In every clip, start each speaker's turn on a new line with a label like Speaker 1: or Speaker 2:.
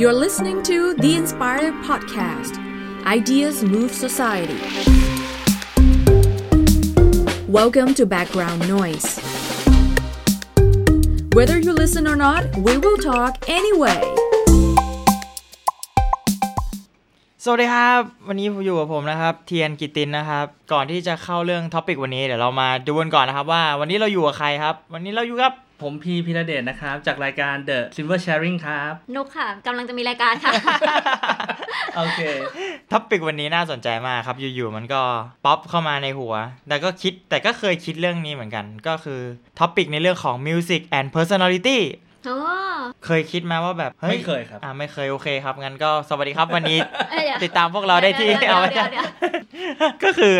Speaker 1: You're listening to The Inspired Podcast Ideas Move Society. Welcome to Background Noise. Whether you listen or not, we will talk anyway.
Speaker 2: สวัสดีครับ วันนี้อยู่กับผมนะครับ เทียนกิตตินนะครับ ก่อนที่จะเข้าเรื่องท็อปิกวันนี้เดี๋ยวเรามาดูกันก่อนนะครับว่า วันนี้เราอยู่กับใครครับ วันนี้เราอยู่กับ
Speaker 3: ผมพีพีระเดชนะครับ จากรายการ The Silver Sharing ครับ
Speaker 4: นุกค่ะกำลังจะมีรายการค่ะ
Speaker 3: โอเค
Speaker 2: ท็อปิกวันนี้น่าสนใจมากครับ อยู่ๆมันก็ป๊อปเข้ามาในหัว แต่ก็คิดแต่ก็เคยคิดเรื่องนี้เหมือนกัน ก็คือท็อปิกในเรื่องของ Music and Personality
Speaker 4: โอ้
Speaker 2: เคยคิดไหมว่าแบบฮ้
Speaker 3: ไม่เคยครับ
Speaker 2: อ่าไม่เคยโอเคครับงั้นก็สวัสดีครับวันนี้
Speaker 4: เอ้ยเดี๋ยว
Speaker 2: ติดตามพวกเราได้ที่
Speaker 4: เดี๋ยว
Speaker 2: เอาไว้
Speaker 4: เดี๋ยวเดี๋ยว
Speaker 2: ก็คือ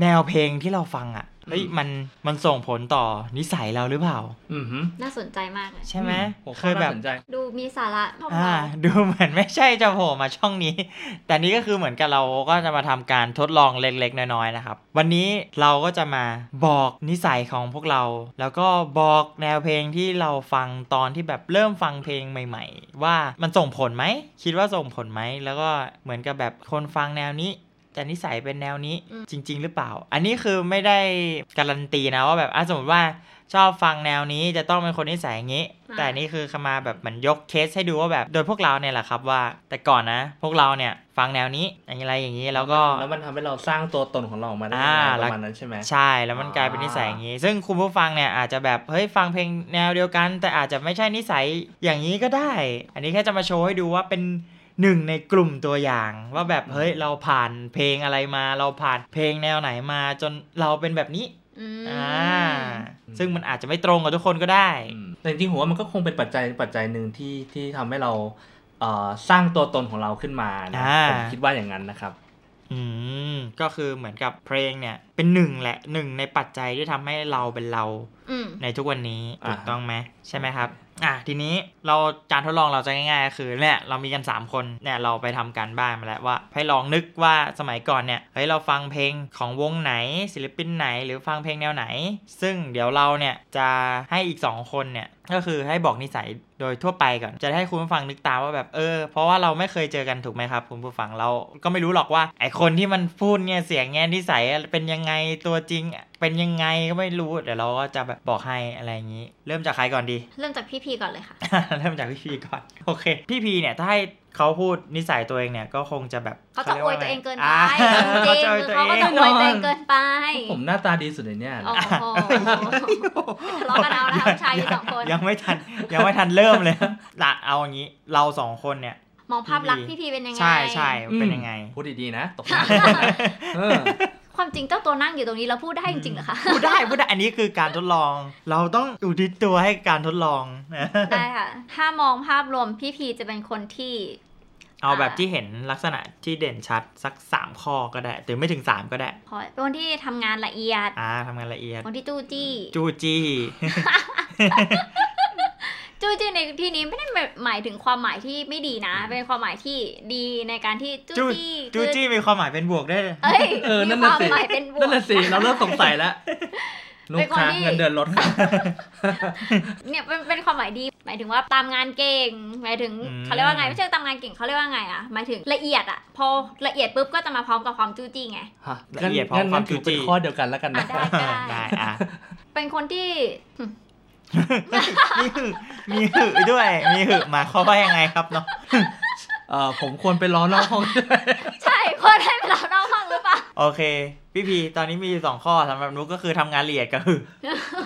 Speaker 2: แนวเพลงที่เราฟังอ่ะเฮ้ยมันมันส่งผลต่อนิสัยเราหรือเปล่า
Speaker 3: อือหือ
Speaker 4: น่าสนใจมากเลย
Speaker 2: ใช่ไหม
Speaker 3: หัว
Speaker 2: เค
Speaker 3: ข้อย
Speaker 2: แบ
Speaker 3: น่า
Speaker 2: บ
Speaker 3: สนใจ
Speaker 4: ดูมีสาระเข้า
Speaker 2: อ่า
Speaker 4: มา
Speaker 2: ดูเหมือนไม่ใช่จะโผล่มาช่องนี้ แต่นี่ก็คือเหมือนกับเราก็จะมาทำการทดลองเล็กๆ น้อยๆนะครับ วันนี้เราก็จะมาบอกนิสัยของพวกเรา แล้วก็บอกแนวเพลงที่เราฟังตอนที่แบบเริ่มฟังเพลงใหม่ ๆ ว่ามันส่งผลไหม คิดว่าส่งผลไหม แล้วก็เหมือนกับแบบคนฟังแนวนี้ แต่นิสัยเป็นแนวนี้
Speaker 4: อืม
Speaker 2: จริง ๆ หรือเปล่า อันนี้คือไม่ได้การันตีนะว่าแบบอ่ะสมมติว่าชอบฟังแนวนี้จะต้องเป็นคนนิสัยอย่างนี้
Speaker 4: อ่า
Speaker 2: แต่อันนี่คือเขามาแบบเหมือนยกเคสให้ดูว่าแบบโดยพวกเราเนี่ยแหละครับว่า แต่ก่อนนะ พวกเราเนี่ยฟังแนวนี้อะไรอย่างนี้แล้วก็
Speaker 3: แล้วมันทำให้เราสร้างตัวตนของเราออกมาได้
Speaker 2: อ่า
Speaker 3: ยังไงประมาณนั้นใช่ไหม
Speaker 2: ใช่แล้วมันกลายเป็นนิสัยอย่างนี้ ซึ่งคุณผู้ฟังเนี่ยอาจจะแบบเฮ้ยฟังเพลงแนวเดียวกัน แต่อาจจะไม่ใช่นิสัยอย่างนี้ก็ได้ อันนี้แค่จะมาโชว์ให้ดูว่าเป็นหนึ่งในกลุ่มตัวอย่าง ว่าแบบเฮ้ยเราผ่านเพลงอะไรมา เราผ่านเพลงแนวไหนมาจนเราเป็นแบบนี้
Speaker 4: อืม
Speaker 2: อ่าซึ่งมันอาจจะไม่ตรงกับทุกคนก็ได้
Speaker 3: อืมแต่จริงๆผมว่ามันก็คงเป็นปัจจัยปัจจัยหนึ่งที่ที่ทำให้เราเอ่อสร้างตัวตนของเราขึ้นมานะ
Speaker 2: อ่า
Speaker 3: ผมคิดว่าอย่างนั้นนะครับ
Speaker 2: อืมก็คือเหมือนกับเพลงเนี่ยเป็นหนึ่งแหละหนึ่งในปัจจัยที่ทำให้เราเป็นเรา
Speaker 4: อืม
Speaker 2: ในทุกวันนี้
Speaker 3: อ่า
Speaker 2: ถูกต้องไหมใช่ไหมครับ อ่ะทีนี้เราการทดลองเราจะง่ายๆก็คือเนี่ยเรามีกัน 3 คนเนี่ยเราไปทำการบ้านมาแล้วว่า ให้ลองนึกว่าสมัยก่อนเนี่ยเฮ้ยเราฟังเพลงของวงไหน ศิลปินไหนหรือฟังเพลงแนวไหน ซึ่งเดี๋ยวเราเนี่ยจะให้อีก 2 คนเนี่ยก็คือให้บอกนิสัยโดยทั่วไปก่อน จะได้ให้คุณผู้ฟังนึกตามว่าแบบเออเพราะว่าเราไม่เคยเจอกันถูกไหมครับคุณผู้ฟังเราก็ไม่รู้หรอกว่าไอคนที่มันพูดเนี่ยเสียงเนี่ยนิสัยเป็นยังไงตัวจริง เป็นยังไงก็ไม่รู้เดี๋ยวเราก็จะแบบบอกให้อะไรอย่างนี้ เริ่มจากใครก่อนดี
Speaker 4: เริ่มจากพี่พีก่อนเลยค่ะ
Speaker 2: เริ่มจากพี่พีก่อน โอเค พี่พีเนี่ยถ้าให้เขาพูดนิสัยตัวเองเนี่ยก็คงจะแบบ
Speaker 4: เขาจะอวยตัวเองเกินไป
Speaker 2: า
Speaker 4: จริง
Speaker 2: จะอวย
Speaker 4: ๆ
Speaker 2: ตัว
Speaker 4: เขา
Speaker 2: เอ
Speaker 4: ก็
Speaker 2: ง
Speaker 4: จะอวยตัวเองเกินไป
Speaker 3: ผมหน้าตาดีสุดในเนี่ย
Speaker 4: โอ้โห ทะเลาะกันเอานะคะผู้ชายมีสองคน
Speaker 2: ยังไม่ทันยังไม่ทันเริ่มเลยหลักเอาอย่างนี้เราสองคนเนี่ย
Speaker 4: มองภาพลักษณ์พี่พีเป็นยังไง
Speaker 2: ใช่ใช่เป็นยังไง
Speaker 3: พูดดีๆนะ ตกใจเออ
Speaker 4: ความจริงเจ้าตัวนั่งอยู่ตรงนี้แล้วพูดได้จริงๆเหรอคะ
Speaker 2: พูดได้พูดได้อันนี้คือการทดลอง เราต้องอุทิศตัวให้การทดลองนะ
Speaker 4: ได้ค่ะ ถ้ามองภาพรวมพี่พีจะเป็นคนที่
Speaker 2: เอาแบบที่เห็นลักษณะที่เด่นชัดสักสามข้อก็ได้หรือไม่ถึงสามก็ได้
Speaker 4: ขอเป็นคนที่ทำงานละเอียด
Speaker 2: อ่าทำงานละเอียด
Speaker 4: คนที่จู้จี้
Speaker 2: จูจี้
Speaker 4: จู้จี้ในที่นี้ไม่ได้หมายถึงความหมายที่ไม่ดีนะ เป็นความหมายที่ดีในการที่จู้
Speaker 2: จู
Speaker 4: จี้
Speaker 2: จูจี้มีความหมายเป็นบวกได้วย
Speaker 4: เอ้ย
Speaker 3: เออนั่น
Speaker 4: มี
Speaker 3: น่ะ
Speaker 4: ความ
Speaker 3: สิ
Speaker 4: หมายเป็นบว
Speaker 3: นั่น
Speaker 4: ก
Speaker 3: น่ะสิเราเริ่มสงสัยแล้วลู
Speaker 4: เป็
Speaker 3: ก
Speaker 4: นคน
Speaker 3: ค้า
Speaker 4: ที่
Speaker 3: เงินเดือนลดค่ะ
Speaker 4: เนี่ยเป็นเป็นความหมายดี หมายถึงว่าตามงานเก่ง หมายถึง
Speaker 2: อืม
Speaker 4: เขาเรียกว่าไงไม่ใช่ตามงานเก่งเขาเรียกว่าไงอะหมายถึงละเอียดอะพอละเอียดปุ๊บก็จะมาพร้อมกับความจู้จี้ไง
Speaker 3: ฮะ
Speaker 2: ละเอียดพอ
Speaker 3: งั้น
Speaker 2: ความ
Speaker 3: งั้นถือ
Speaker 2: จุจิ
Speaker 3: เป็นข้อเดียวกันแล้วกันนะ
Speaker 4: อ่ะ ได้
Speaker 2: ได้อ่ะ
Speaker 4: เป็นคนที่
Speaker 2: มีหึมีหึด้วย มีหึหมายความว่ายังไงครับเนาะ
Speaker 3: เออผมควรไปล้อนอกห้อง ด้วย
Speaker 4: ใช่คนให้ไปรับนอกห้องหรือเปล่า
Speaker 2: โอเค พี่พีตอนนี้มีอยู่สองข้อสำหรับนุกก็คือทำงานละเอียดกับหึ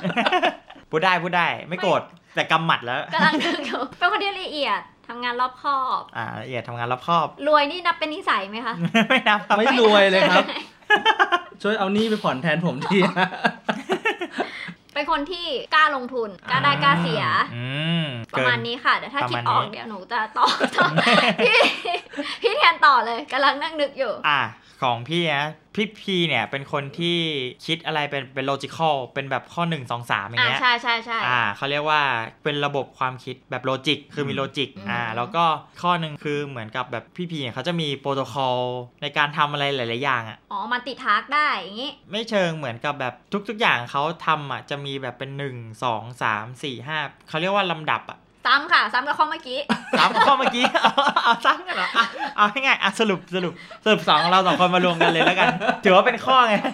Speaker 2: พูดได้พูดได้ไม่โกรธแต่กำหมัดแล้ว
Speaker 4: กำลังนึกอยู่เป็นคนที่ละเอียดทำงานรอบคอบ
Speaker 2: อ่าละเอียดทำงานรอบคอบ
Speaker 4: รวยนี่นับเป็นนิสัยไหมคะ
Speaker 2: ไม่นับครับ
Speaker 3: ไม่รวยเลยครับ ช่วยเอาหนี้ไปผ่อนแทนผม ทีนะ
Speaker 4: เป็นคนที่กล้าลงทุนกล้าได้กล้าเสีย
Speaker 2: อืม
Speaker 4: ป
Speaker 2: เกิ
Speaker 4: ระมาณนี้ค่ะเดี๋ยวถ้า
Speaker 2: ประ
Speaker 4: คิ
Speaker 2: มา
Speaker 4: ด
Speaker 2: ณ
Speaker 4: ออก
Speaker 2: นี้
Speaker 4: เดี๋ยวหนูจะต่ อต่อ พี่พี่แทนต่อเลยกำลังนั่งนึกอยู่
Speaker 2: อ่ะของพี่นะพี่พีเนี่ยเป็นคนที่คิดอะไรเป็นเป็นโลจิคอลเป็นแบบข้อหนึ่งสองสามอย่าง
Speaker 4: อ่า
Speaker 2: เงี้ย
Speaker 4: ใช่ใช่ใช่
Speaker 2: อ่าเขาเรียกว่าเป็นระบบความคิดแบบโลจิกคือมีโลจิก
Speaker 4: อืม
Speaker 2: อ่าแล้วก็ข้อหนึ่งคือเหมือนกับแบบพี่พีเนี่ยเขาจะมีโปรโตคอลในการทำอะไรหลาย ๆ อย่างอ่ะ
Speaker 4: อ๋อมันติดทาร์กได้อย่างงี้
Speaker 2: ไม่เชิงเหมือนกับแบบทุก ๆ อย่างเขาทำอ่ะจะมีแบบเป็น 1 2 3 4 5เขาเรียกว่าลำดับอ่ะ
Speaker 4: ซ้ำค่ะ ซ้ำกับข้อเมื่อกี้
Speaker 2: สามข้อเมื่อกี้ เอาเอาซ้ำกันเหรออ่ะเอาง่ายๆอ่ะสรุปสรุปสรุปสองของเราสองคนมารวมกันเลยแล้วกัน ถือว่าเป็นข้อไง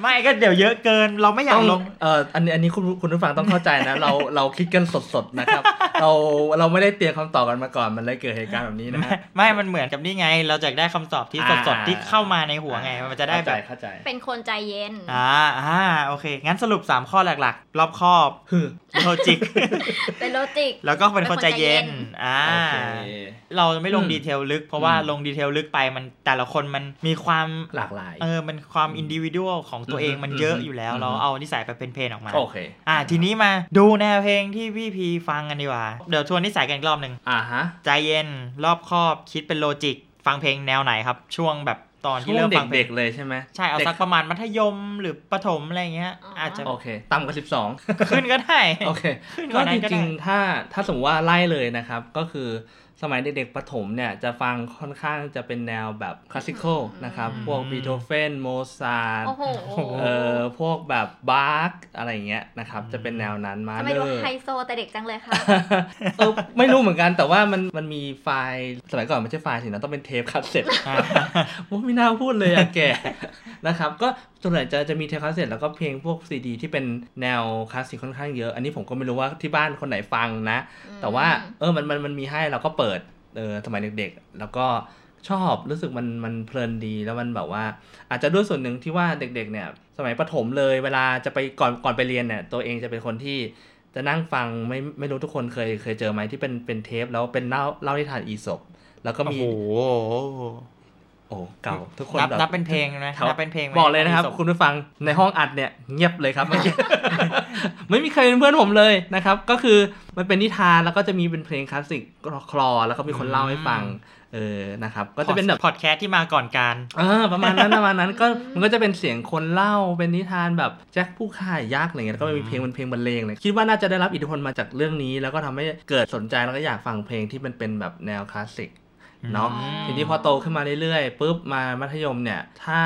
Speaker 2: ไม่ก็เดี๋ยวเยอะเกิน เราไม่อยากลง
Speaker 3: เอ่ออันนี้อันนี้คุณคุณผู้ฟังต้องเข้าใจนะ เราเราคิดกันสดๆนะครับ เราเราไม่ได้เตรียมคำตอบกันมาก่อนมันเลยเกิดเหตุการณ์แบบนี้นะฮะ
Speaker 2: ไม่ มันเหมือนกับนี่ไง เราจะได้คำต อบที่
Speaker 3: อ่
Speaker 2: สด
Speaker 3: า
Speaker 2: ๆที่เข้ามาในหัวไง มันจะได้
Speaker 3: เข้า
Speaker 2: แบ
Speaker 3: ใจ
Speaker 2: บ
Speaker 3: เข้าใจ
Speaker 4: เป็นคนใจเย็น
Speaker 2: อ่า อ่า โอเค งั้นสรุป 3 ข้อหลักๆ รอบคอบ
Speaker 3: ฮึ่ม
Speaker 2: โลจิก
Speaker 4: เป็นโลจิก
Speaker 2: แล้วก็เป็นคนใจเย็น อ่า
Speaker 3: โอเค
Speaker 2: เราไม่ลง
Speaker 3: อืม
Speaker 2: ดีเทลลึก เพราะว่า
Speaker 3: อืม
Speaker 2: ลงดีเทลลึกไปมันแต่ละคนมันมีความ
Speaker 3: หลากหลาย
Speaker 2: เออ มันความ
Speaker 3: อืม
Speaker 2: อินดิวิ u ด l ของตัวเอง
Speaker 3: อืม
Speaker 2: มันเยอะ
Speaker 3: อืม
Speaker 2: อยู่แล้ว
Speaker 3: อืม
Speaker 2: เราเอานิสัยไปเป็นเพลงออกมา
Speaker 3: โอเค
Speaker 2: อ่า ทีนี้มาดูแนวเพลงที่พี่พีฟังกันดีกว่า เดี๋ยวทวนนิสัยกันอีกรอบหนึ่ง
Speaker 3: อ่าฮะ
Speaker 2: ใจเย็นรอบคอบคิดเป็นโลจิก ฟังเพลงแนวไหนครับ ช่วงแบบตอนที่
Speaker 3: ช่ว
Speaker 2: เริ่ม
Speaker 3: ง
Speaker 2: ฟังเพล
Speaker 3: เด็
Speaker 2: ง
Speaker 3: กๆเลยใช่ไหม
Speaker 2: ใช่เอาสักประมาณมัธยมหรือประถมอะไรเงี้ย
Speaker 4: อ๋ออ
Speaker 2: อาจจะ
Speaker 3: โอเคต่ำกว่าสิบสอง
Speaker 2: ขึ้นก็ได้
Speaker 3: โอเค
Speaker 2: ขึ้นก
Speaker 3: ก็
Speaker 2: ว่านั้
Speaker 3: จ
Speaker 2: นก็ได้
Speaker 3: ริงๆ ถ้าถ้าสมมติว่าไล่เลยนะครับ ก็คือสมัยเด็กๆ ประถมเนี่ย จะฟังค่อนข้างจะเป็นแนวแบบคลาสสิคอลนะครับ พวกบีโธเฟนโมซาร์ท
Speaker 4: โอ้โห
Speaker 3: เอ่อพวกแบบบาร์กอะไรอย่างเงี้ยนะครับ จะเป็นแนวนั้นมา
Speaker 4: ทำไม
Speaker 3: เล
Speaker 4: ดู
Speaker 3: ย
Speaker 4: ไฮโซแต่เด็กจังเลยค่ะ
Speaker 3: เออไม่รู้เหมือนกันแต่ว่ามันมันมีไฟล์สมัยก่อนไม่ใช่ไฟล์สินะต้องเป็นเทปคาสเซ็ต
Speaker 2: อ่า
Speaker 3: โอ้ไม่น่าพูดเลยอะแก นะครับ ก็ส่วนใหญ่จะจะมีเทปคาสเซ็ตแล้วก็เพลงพวกซีดีที่เป็นแนวคลาสสิกค่อนข้างเยอะ อันนี้ผมก็ไม่รู้ว่าที่บ้านคนไหนฟังนะ แต่ว่าเออมันมันมันมีให้เราก็เปิดเออสมัยเด็กๆ แล้วก็ชอบรู้สึกมันมันเพลินดีแล้วมันแบบว่า อาจจะด้วยส่วนหนึ่งที่ว่าเด็กๆเนี่ย สมัยประถมเลยเวลาจะไปก่อนก่อนไปเรียนเนี่ยตัวเองจะเป็นคนที่จะนั่งฟังไม่ไม่รู้ทุกคนเคยเคยเจอไหมที่เป็นเป็นเทปแล้วเป็นเล่าเล่านิทานอีศบแล้วก็
Speaker 2: โอ้
Speaker 3: มี
Speaker 2: โห
Speaker 3: โอ้เก่าทุกคน
Speaker 2: นับ
Speaker 3: แบบ
Speaker 2: นับเป็นเพลงไหม
Speaker 3: แถว
Speaker 2: นับเป็นเพลงไหม
Speaker 3: บอกเลยนะครับ
Speaker 2: ที่ส่ง
Speaker 3: คุณผู้ฟังในห้องอัดเนี่ยเงียบเลยครับ ไม่มี ไม่มีใครเป็นเพื่อนผมเลยนะครับ ก็คือมันเป็นนิทานแล้วก็จะมีเป็นเพลงคลาสสิกคลอแล้วก็มีคนเล่าให้ฟัง เออนะครับ ก็จะเป็นแบบ
Speaker 2: พอดแคสต์ที่มาก่อนการ
Speaker 3: เออประมาณนั้นประมาณนั้นก็มันก็จะเป็นเสียงคนเล่าเป็นนิทานแบบแจ็คผู้ฆ่ายักษ์อะไรเงี้ยแล้วก็มีเพลงเป็นเพลงบรรเลงเลยคิดว่าน่าจะได้รับอิทธิพลมาจากเรื่องนี้ แล้วก็ทำให้เกิดสนใจแล้วก็อยากฟังเพลงที่มันเป็นแบบแนวคลาสสิกเนาะ
Speaker 4: อืม
Speaker 3: ทีนี้พอโตขึ้นมาเรื่อยๆปุ๊บมามัธยมเนี่ย ถ้า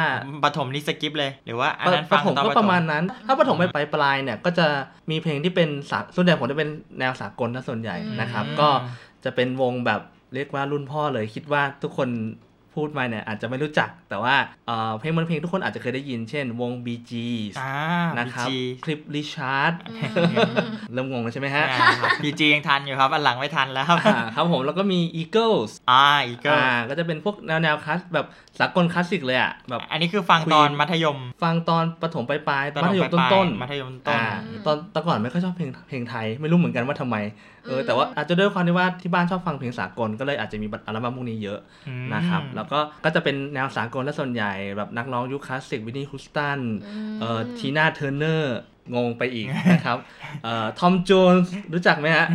Speaker 2: ปฐมนี่สกิปเลย หรือว่าอัน
Speaker 3: ป
Speaker 2: นั้น
Speaker 3: ป
Speaker 2: ฟัง
Speaker 3: ฐม
Speaker 2: ตอน
Speaker 3: ก็
Speaker 2: ป
Speaker 3: ป
Speaker 2: ฐ
Speaker 3: ระ
Speaker 2: ม
Speaker 3: มาณนั้น ถ้าปฐมไปปลายๆเนี่ยก็จะมีเพลงที่เป็นสาส่วนใหญ่ผมจะเป็นแนวสากลนะส่วนใหญ่นะครับ
Speaker 2: อืม
Speaker 3: ก็จะเป็นวงแบบเรียกว่ารุ่นพ่อเลยคิดว่าทุกคนพูดมาเนี่ยอาจจะไม่รู้จัก แต่ว่าเอ่อเพลงมันเพลงทุกคนอาจจะเคยได้ยิน เช่น วง BG
Speaker 2: อ่า
Speaker 3: นะครับ
Speaker 2: บี
Speaker 3: คลิปริชาร์ดเริ่มงงแล้วใช่ไหมฮะ
Speaker 2: บีจียังทันอยู่ครับ อันหลังไม่ทันแล้วครับ
Speaker 3: อ่าครับผมแล้วก็มี Eagles
Speaker 2: อ่าอีกก็
Speaker 3: อ่าก็จะเป็นพวกแนวแนวคลาสแบบสากลคลาสสิกเลยอ่ะแบบ
Speaker 2: อันนี้คือฟังตอน
Speaker 3: คุย
Speaker 2: มัธยม
Speaker 3: ฟังตอนประถมปลายๆ
Speaker 2: ตอน
Speaker 3: มัธยม
Speaker 2: ปลา
Speaker 3: ต้น
Speaker 2: มัธยม
Speaker 3: ๆ
Speaker 2: ต้น
Speaker 3: อ่าตอนแต่ก่อนไม่ค่อยชอบเพลงเพลงไทยไม่รู้เหมือนกันว่าทำไมเอออ
Speaker 4: ม
Speaker 3: แต่ว่าอาจจะด้วยความที่ว่าที่บ้านชอบฟังเพลงสากลก็เลยอาจจะมีอัลบั้มพวกนี้เยอะ
Speaker 2: อืม
Speaker 3: นะครับแล้วก็ก็จะเป็นแนวสากลและส่วนใหญ่แบบนักร้องยุคคลาสสิกวินนี่ฮุสตันเอ่อทีน่าเทอร์เนอร์งงไปอีกนะครับเอ่อทอมโจนส์รู้จักไหมฮะ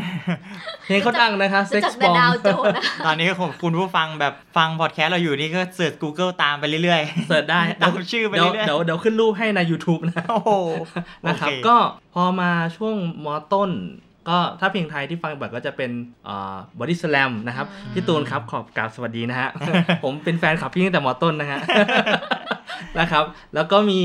Speaker 3: เพลงเขาดังนะคะ
Speaker 4: เซ็
Speaker 3: เซ็
Speaker 4: ก
Speaker 3: ก
Speaker 4: ซ์
Speaker 3: ซ์
Speaker 4: บบ อ
Speaker 3: อม
Speaker 4: ดาวโจรนะ
Speaker 2: ตอนนี้ก็ผมคุณผู้ฟังแบบฟังพอดแคสต์เราอยู่นี่ก็เสิร์ช Google ตามไปเรื่อย
Speaker 3: เสิร์ชได้
Speaker 2: ตามชื่อไปเรื่อยๆ
Speaker 3: เดี๋ยวเดี๋ยวขึ้นรูปให้ใน YouTube นะ
Speaker 2: ๆ โอ้โห
Speaker 3: นะครับ
Speaker 2: โอเ
Speaker 3: ก็พอมาช่วงมต้น ก็ถ้าเพลงไทยที่ฟังบ่อยก็จะเป็นบอดี้สแลมนะครับ
Speaker 4: อืม
Speaker 3: พี่ตูนครับขอบกราบสวัสดีนะฮะ ผมเป็นแฟนคลับพี่ตั้งแต่มต้นนะฮะ นะครับแล้วก็มี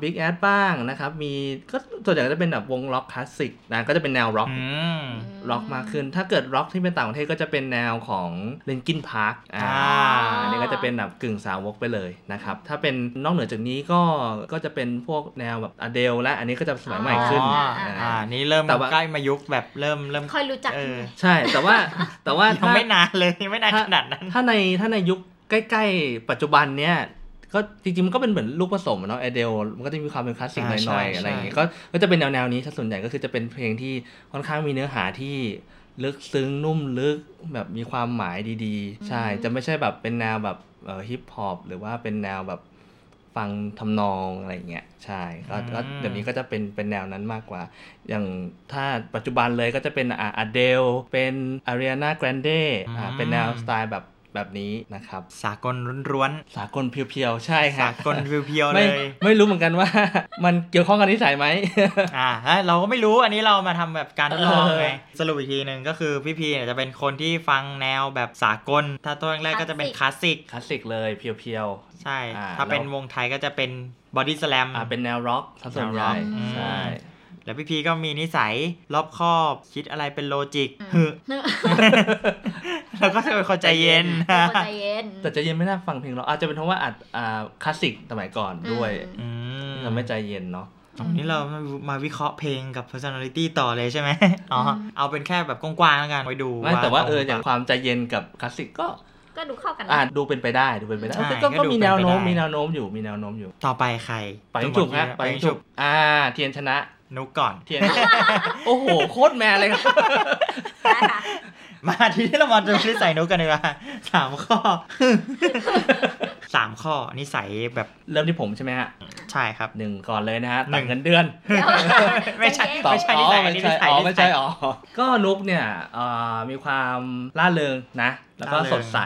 Speaker 3: บิ๊กแอดบ้างนะครับ มีก็ส่วนใหญ่ก็จะเป็นแบบวงล็อกคลาสสิกนะก็จะเป็นแนวร็อก
Speaker 2: อืม
Speaker 3: ร็อกมากขึ้น ถ้าเกิดร็อกที่เป็นต่างประเทศก็จะเป็นแนวของเลนกินพาร์คอ่า
Speaker 2: อ่า
Speaker 3: อันนี้ก็จะเป็นแบบกึ่งสาวกไปเลยนะครับ ถ้าเป็นนอกเหนือจากนี้ก็ก็จะเป็นพวกแนวแบบอเดลและอันนี้ก็จะสมัยใหม่ขึ้น
Speaker 2: อ๋อ
Speaker 3: อ่า
Speaker 2: อ่านี่เริ่ม
Speaker 3: แต่ว่า
Speaker 2: ใกล้มายุคแบบเริ่มเริ่ม
Speaker 4: ค่อยรู้จัก
Speaker 2: เออ
Speaker 3: ใช่แต่ว่าแต่ว่า
Speaker 2: ยัง
Speaker 3: ถ้า
Speaker 2: ไม่นานเลยยังไม่นานขนาดนั้น
Speaker 3: ถ้าในถ้าในยุคใกล้ๆ ปัจจุบันเนี้ยก็จริงๆ มันก็เป็นเหมือนลูกผสมอะเนาะไอเดลมันก็จะมีความเป็นคลาสสิกห
Speaker 2: อ่าใช่
Speaker 3: น่อยๆอะไรอย่างเงี้ย
Speaker 2: ใช่
Speaker 3: ก็ก็จะเป็นแนวๆนี้ถ้าส่วนใหญ่ก็คือจะเป็นเพลงที่ค่อนข้างมีเนื้อหาที่ลึกซึ้งนุ่มลึกแบบมีความหมายดีๆ ใช่จะไม่ใช่แบบเป็นแนวแบบเอ่อฮิปฮอปหรือว่าเป็นแนวแบบฟังทำนองอะไรอย่างเงี้ยใช่ก็ก็
Speaker 2: อืม
Speaker 3: เดี๋ยวนี้ก็จะเป็นเป็นแนวนั้นมากกว่า อย่างถ้าปัจจุบันเลยก็จะเป็นอ่าอเดลเป็นอารีนาแกรนเดอ่า
Speaker 2: อืม
Speaker 3: เป็นแนวสไตล์แบบแบบนี้นะครับ
Speaker 2: สากลร้วน
Speaker 3: สากลเพียวๆ ใช่
Speaker 2: ๆ
Speaker 3: ค่ะ
Speaker 2: สากลเพียวๆเล
Speaker 3: ไม่
Speaker 2: ย
Speaker 3: ไม่รู้เหมือนกันว่า มันเกี่ยวข้องกับนิสัยไหม
Speaker 2: อ่าเอ้ยเราก็ไม่รู้อันนี้เรามาทำแบบการทดลองไง
Speaker 3: เออ
Speaker 2: สรุปอีกทีหนึ่งก็คือพี่พีเนี่ยจะเป็นคนที่ฟังแนวแบบสากล ถ้าตัวแรกๆก็จะเป็นคลาสสิก
Speaker 3: คลาสสิกเลยเพียว
Speaker 2: ใช่
Speaker 3: อ่า
Speaker 2: ถ้าเป็น
Speaker 3: แล้ว
Speaker 2: วงไทยก็จะเป็นบอดี้สแลม
Speaker 3: ๆอ่าเป็นแนวร็อกซะส่วนใหญ่
Speaker 2: แนวร็อก
Speaker 3: ใช่
Speaker 2: แล้วพี่พีก็มีนิสัยรอบคอบคิดอะไรเป็นโลจิก
Speaker 4: อืม
Speaker 2: ฮึแล้วก็จะเป็นคนใจเย็น
Speaker 4: เป็นคนใจเย็น
Speaker 3: แต่ใจะเย็นไม่น่าฟังเพลงเราอาจจะเป็นเพราะว่าอัดอ่าคลาสสิกสมัยก่อนด้วย
Speaker 2: อืม
Speaker 3: เราไม่ใจเย็นเนาะ
Speaker 2: ตรงนี้เรามาวิเคราะห์เพลงกับ personality ต่อเลยใช่ไหมอ๋ออเอาเป็นแค่แบบกว้างๆแล้วกันไปดู
Speaker 3: ไม่แต่ว่าเออ
Speaker 2: รง
Speaker 3: อย่างความใจเย็นกับคลาสสิกก็
Speaker 4: ก็ดูเข้ากันนะ
Speaker 3: อ่าดูเป็นไปได้ดูเป็นไปได้
Speaker 2: ใช่
Speaker 3: เออก็ก็
Speaker 2: ดู
Speaker 3: มี
Speaker 2: เป็
Speaker 3: แน
Speaker 2: ไป
Speaker 3: วโน้ม
Speaker 2: ได้
Speaker 3: มีแนวโน้มอยู่มีแนวโน้มอยู่
Speaker 2: ต่อไปใคร
Speaker 3: ไปยิงฉุบฮะ
Speaker 2: จังหวะนี้
Speaker 3: ไป
Speaker 2: ไป
Speaker 3: ยิ
Speaker 2: ยิ
Speaker 3: ง
Speaker 2: ง
Speaker 3: ฉุ
Speaker 2: ฉุ
Speaker 3: บบ อ่าเทียนชนะ
Speaker 2: นุกก่อน
Speaker 3: เทียน โอ้โหโคตรแมนเลยครับ
Speaker 4: ได้ค่ะ
Speaker 2: มาทีนี้เรามาดูนิสัยนุกกันดีกว่าสามข้อ สามข้อนิสัยแบบ
Speaker 3: เริ่มที่ผมใช่ไหมฮะ
Speaker 2: ใช่ครับ
Speaker 3: หนึ่งก่อนเลยนะฮะ
Speaker 2: หนึ่
Speaker 3: ตัด
Speaker 2: ง
Speaker 3: เงินเดือน
Speaker 2: ไม่ใช่
Speaker 4: ต่อ
Speaker 2: ไม่ใช่นิสัยอันนี้นิ
Speaker 3: ไม่ใช่
Speaker 2: สัย
Speaker 3: อ๋อ
Speaker 2: นิ
Speaker 3: ไม่
Speaker 2: สั
Speaker 3: ใช่
Speaker 2: ย
Speaker 3: อ๋อก็นุกเนี่ยเอ่อมีความล่าเริงนะ แล้วก็
Speaker 2: ร่าเริง
Speaker 3: สดใส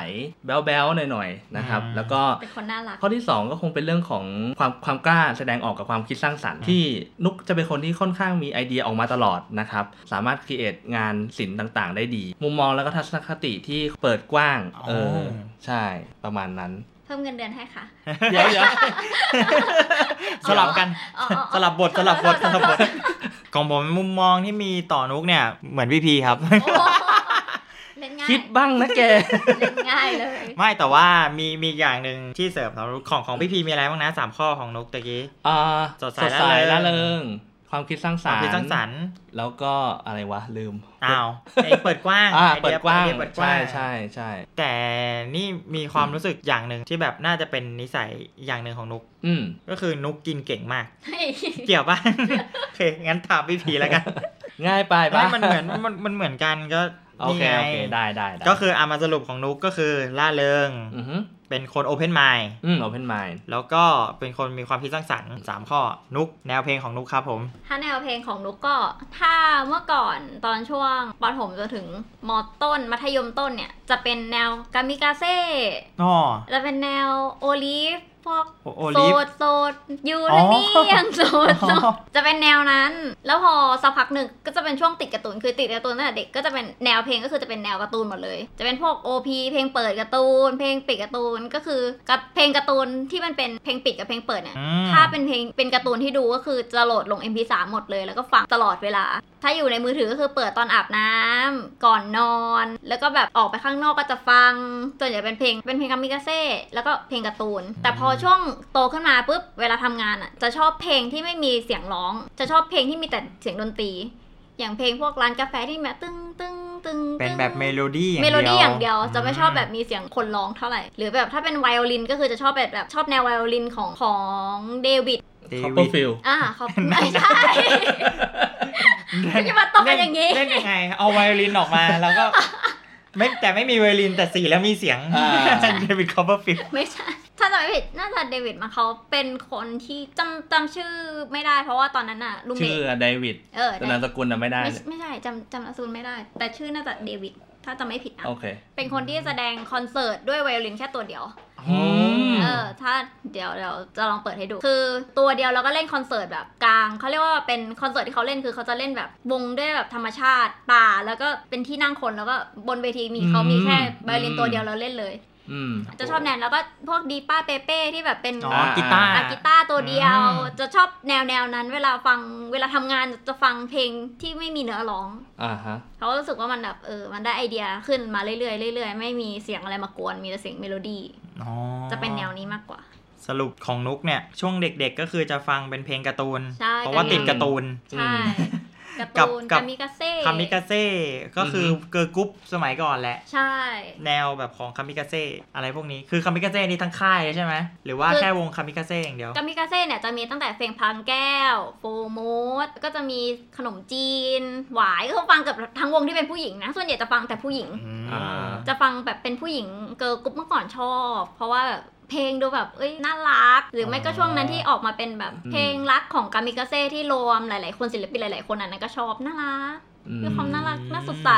Speaker 3: แบ๊วๆหน่อยๆนะครับ
Speaker 2: อืม
Speaker 3: แล้วก็
Speaker 4: เป็นคนน่ารัก
Speaker 3: ข้อที่ 2 ก็คงเป็นเรื่องของความความกล้าแสดงออกกับความคิดสร้างสรรค์ที่นุกจะเป็นคนที่ค่อนข้างมีไอเดียออกมาตลอดนะครับ สามารถครีเอทงานศิลป์ต่างๆ ได้ดี มุมมองแล้วก็ทัศนคติที่เปิดกว้าง
Speaker 2: อ๋อ
Speaker 3: เออใช่ประมาณนั้น
Speaker 4: เพิ่มเงินเดือนให้ ค่ะ
Speaker 3: เดี๋ยวเดี๋ยว
Speaker 2: สลับกัน
Speaker 4: อ๋ออ๋ออ๋อ
Speaker 2: สลับบทสลับบทสลับบทของผมมุมมองที่มีต่อนุกเนี่ยเหมือนพี่พีครับ
Speaker 4: โอ้โหเล่นง่าย
Speaker 3: คิดบ้างนะแก
Speaker 4: เล่นง่ายเลย
Speaker 2: ไม่แต่ว่ามีมีอย่างหนึ่งที่เสริมสำหรับนุ๊กของของพี่พีมีอะไรบ้างนะสามข้อของนุกตะกี้
Speaker 3: อ่า
Speaker 2: สดใส
Speaker 3: ล่า
Speaker 2: ร่าเริง
Speaker 3: เริง ความคิดสร้างสรรค์
Speaker 2: พี่สร้างสรรค์
Speaker 3: แล้วก็อะไรวะลืม
Speaker 2: อ้าวไอ้เปิดกว้าง
Speaker 3: อ่า
Speaker 2: ไอ
Speaker 3: เปิดกว้าง
Speaker 2: ไอเยเปิดกว้า
Speaker 3: ใช่
Speaker 2: ง
Speaker 3: ใช่ใช่
Speaker 2: แต่นี่มีความรู้สึกอย่างหนึ่งที่แบบน่าจะเป็นนิสัยอย่างหนึ่งของนุก
Speaker 3: อืม
Speaker 2: ก็คือนุกกินเก่งมาก เกี่ยวป่ะ โอเคงั้นถามพี่พีแล้วกัน
Speaker 3: ง่ายไปปะ
Speaker 2: ไม่มันเหมือนมันมันเหมือนกันก็
Speaker 3: โอ
Speaker 2: นี่
Speaker 3: เค
Speaker 2: ไง
Speaker 3: โอเคได้ได้ได้
Speaker 2: ก็คืออามาสรุปของนุกก็คือล่าเริง
Speaker 3: อือฮึ
Speaker 2: เป็นคนโอเพนไมล์
Speaker 3: อืม open mind
Speaker 2: แล้วก็เป็นคนมีความคิดสร้างสรรค์ 3 ข้อ นุกแนวเพลงของนุกครับผม
Speaker 4: ถ้าแนวเพลงของนุกก็ ถ้าเมื่อก่อนตอนช่วงปฐมจนถึงมต้น มัธยมต้นเนี่ย จะเป็นแนวกามิกาเซ่
Speaker 2: อ๋อ
Speaker 4: จะเป็นแนวโอลีฟพวก
Speaker 2: โอโอ
Speaker 4: โส
Speaker 2: ลิฟ
Speaker 4: ดโสดยู
Speaker 2: อ๋
Speaker 4: นะ
Speaker 2: อ
Speaker 4: นี่ยังโสดโส
Speaker 2: อ๋อ
Speaker 4: ดจะเป็นแนวนั้น แล้วพอสักพักหนึ่งก็จะเป็นช่วงติดการ์ตูนคือติดการ์ตูนตั้งแต่เด็กก็จะเป็นแนวเพลงก็คือจะเป็นแนวการ์ตูนหมดเลย จะเป็นพวก OP เพลงเปิดการ์ตูน เพลงปิดการ์ตูนก็คือกับเพลงการ์ตูนที่มันเป็นเพลงปิดกับเพลงเปิดเนี่ย
Speaker 2: อืม
Speaker 4: ถ้าเป็นเพลงเป็นการ์ตูนที่ดูก็คือจะโหลดลง MP3 หมดเลยแล้วก็ฟังตลอดเวลา ถ้าอยู่ในมือถือก็คือเปิดตอนอาบน้ำก่อนนอน แล้วก็แบบออกไปข้างนอกก็จะฟังส่วนใหญ่เป็นเพลงเป็นเพลงคามิกาเซ่แล้วก็เพลงการ์ตูน แต่พอช่วงโตขึ้นมาปุ๊บเวลาทำงานอ่ะจะชอบเพลงที่ไม่มีเสียงร้อง จะชอบเพลงที่มีแต่เสียงดนตรี อย่างเพลงพวกร้านกาแฟที่แบบตึ้งตึ้งตึ้ง
Speaker 2: เป็น
Speaker 4: ตึ้ง
Speaker 2: แบบเมโลดี้อย่าง
Speaker 4: เม
Speaker 2: เดียว
Speaker 4: โลดี้อย่างเดียวจะไม่ชอบแบบมีเสียงคนร้องเท่าไหร่ หรือแบบถ้าเป็นไวโอลินก็คือจะชอบแบบแบบชอบแนวไวโอลินของของเดวิด
Speaker 2: เดวิด
Speaker 3: Copperfield
Speaker 4: อ่าเขาไม่ใช่จะมาตกกันอย่างนี้
Speaker 2: เล่นยังไง เอาไวโอลินออกมาแล้วก็ ไม่แต่ไม่มีไวโอลินแต่สีแล้วมีเสียง
Speaker 3: อ่า
Speaker 2: เดวิดคอปเปอร์ฟิลด์
Speaker 4: ไม่ใช่ ถ้าจำไม่ผิดน่าจะเดวิดมาเขาเป็นคนที่จำจำชื่อไม่ได้ เพราะว่าตอนนั้นอะลูเม
Speaker 3: ชื่อไดวิด
Speaker 4: เออ
Speaker 3: แต่นามสกุลน่ะไม่ได้
Speaker 4: ไม่
Speaker 3: เลย
Speaker 4: ไม่ใช่จำจำนามสกุลไม่ได้ แต่ชื่อน่าจะเดวิดถ้าจำไม่ผิดนะ
Speaker 3: โอเค
Speaker 4: เป็นคนที่แสดงคอนเสิร์ตด้วยไวโอลินแค่ตัวเดียว
Speaker 3: อืม
Speaker 4: เออ ถ้าเดี๋ยวเดี๋ยวจะลองเปิดให้ดู คือตัวเดียวเราก็เล่นคอนเสิร์ตแบบกลาง เขาเรียกว่าเป็นคอนเสิร์ตที่เขาเล่นคือเขาจะเล่นแบบวงด้วยแบบธรรมชาติป่า แล้วก็เป็นที่นั่งคนแล้วก็บนเวทีมี
Speaker 3: อืม
Speaker 4: เขามีแค่ไบโอลินตัวเดียวเราเล่นเลย
Speaker 3: อืม
Speaker 4: จะชอบแนวแล้วก็พวกดีป้าเปเป้ที่แบบเป็น
Speaker 2: อ๋อ
Speaker 3: อ่า
Speaker 2: กีตาร์
Speaker 4: อากีตาร์ตัวเดียว
Speaker 2: อืม
Speaker 4: จะชอบแนวแนวนั้น เวลาฟังเวลาทำงานจะฟังเพลงที่ไม่มีเนื้อร้อง
Speaker 3: อ่าฮะ
Speaker 4: เขารู้สึกว่ามันแบบเออ มันได้ไอเดียขึ้นมาเรื่อยๆเรื่อยๆไม่มีเสียงอะไรมากวน มีแต่เสียงเมโลดี้
Speaker 2: อ๋อ
Speaker 4: จะเป็นแนวนี้มากกว่า
Speaker 2: สรุปของนุกเนี่ย ช่วงเด็กๆก็คือจะฟังเป็นเพลงการ์ตูน
Speaker 4: ใช่
Speaker 2: เพราะว่าติดการ์ตูน
Speaker 4: ใช่
Speaker 2: กั
Speaker 4: การ์
Speaker 2: บ
Speaker 4: ตูน
Speaker 2: กั
Speaker 4: กา
Speaker 2: บ
Speaker 4: มิกาเซ่
Speaker 2: คามิกาเซ่ก็คืออเกิร์ลกรุ๊ปสมัยก่อนแหละ
Speaker 4: ใช่
Speaker 2: แนวแบบของคามิกาเซ่อะไรพวกนี้คือคามิกาเซ่นี่ทั้งค่ายเลยใช่ไหมหรือว่าแค่วงคามิกาเซ่อย่างเดียว
Speaker 4: กามิกาเซ่เนี่ยจะมีตั้งแต่เพลงพลังแก้ว โฟโมสก็จะมีขนมจีน หวายก็ฟังเกับทั้งวงที่เป็นผู้หญิงนะ ส่วนใหญ่จะฟังแต่ผู้หญิง
Speaker 3: อ่า
Speaker 4: จะฟังแบบเป็นผู้หญิงเกิร์ลกรุ๊ปเมื่อก่อนชอบ เพราะว่าแบบเพลงดูแบบเอ้ยน่ารัก หรือไม่ก็ช่วงนั้นที่ออกมาเป็นแบบ
Speaker 3: อืม
Speaker 4: เพลงรักของกามิกาเซ่ที่รวมหลาย ๆ คนศิลปินหลาย ๆ คนอันนั้นก็ชอบน่ารัก
Speaker 3: อืม
Speaker 4: มีความน่ารักน่าสดใส